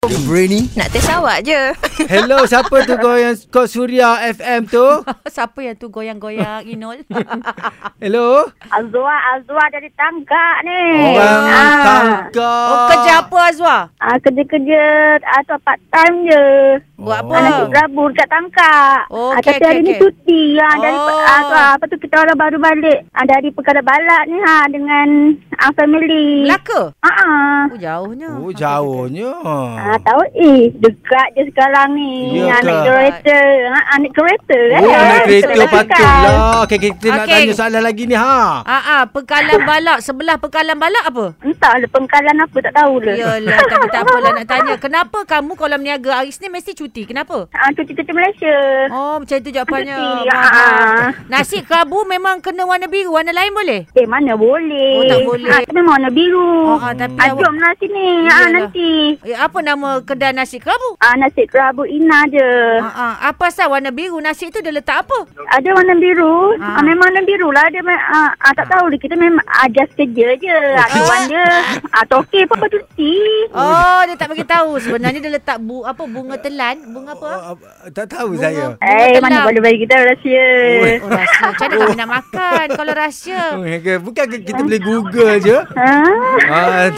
Kau berani Nak test awak je Hello siapa tu kau yang Kau Suria FM tu Siapa yang tu goyang-goyang Inol? Hello Azwa, Azwa dari Tangkak ni. Orang Ah. tangka oh, kerja apa Azwa? Ah, kerja-kerja atau part time je. Buat Oh. oh. Anak oh. apa? Rabu dekat Tangkak. Oh, ah, okey, tapi okey, hari ni okey. cuti. Ah, dari, Oh. ah, tu, ah, apa tu kita orang baru balik. Ah, dari perkara balak ni ha, dengan ah, family. Melaka? Ah, ah. Oh, jauhnya. Oh Okey, okey. jauhnya Ah, tahu eh dekat je sekarang ni. Ya anak ke? kereta. Ah, anak kereta eh. Oh naik kereta Tangkak. patutlah Okay kita nak Okey. tanya soalan lagi ni ha Ah, ah, pekalan balak. Sebelah pekalan balak apa? Entahlah pengkalan apa tak tahulah. Yalah, tapi tak apalah nak tanya. Kenapa kamu kalau meniaga hari Senin mesti cuti? Kenapa? Ah, cuti-cuti Malaysia. Oh, macam tu jawapannya. Cuti, Faham. ah. Nasi kerabu memang kena warna biru. Warna lain boleh? Eh mana boleh Oh, tak boleh. ah, Tapi warna biru Oh, ah, tapi ah, awak- Jomlah sini ah, Iyalah. Nanti Eh, apa nama kedai nasi kerabu? ah, Nasi kerabu Ina je Ah, ah, apa asal warna biru nasi tu dia letak apa? Ada warna biru Ah. ah. Memang warna biru lah Dia me- ah, ah, Tak tahu lah Kita memang adjust kerja je Ada warna ah, Toke apa cuti Oh, dia tak bagi tahu. Sebenarnya dia letak bu apa bunga telan, bunga apa? Oh, ah, Tak tahu Bunga. saya Eh telang. mana boleh bagi kita rahsia Oh, rahsia. Macam mana kami nak makan kalau rahsia? Oh, ya ke? Bukan ke kita boleh google je Ah. Ah,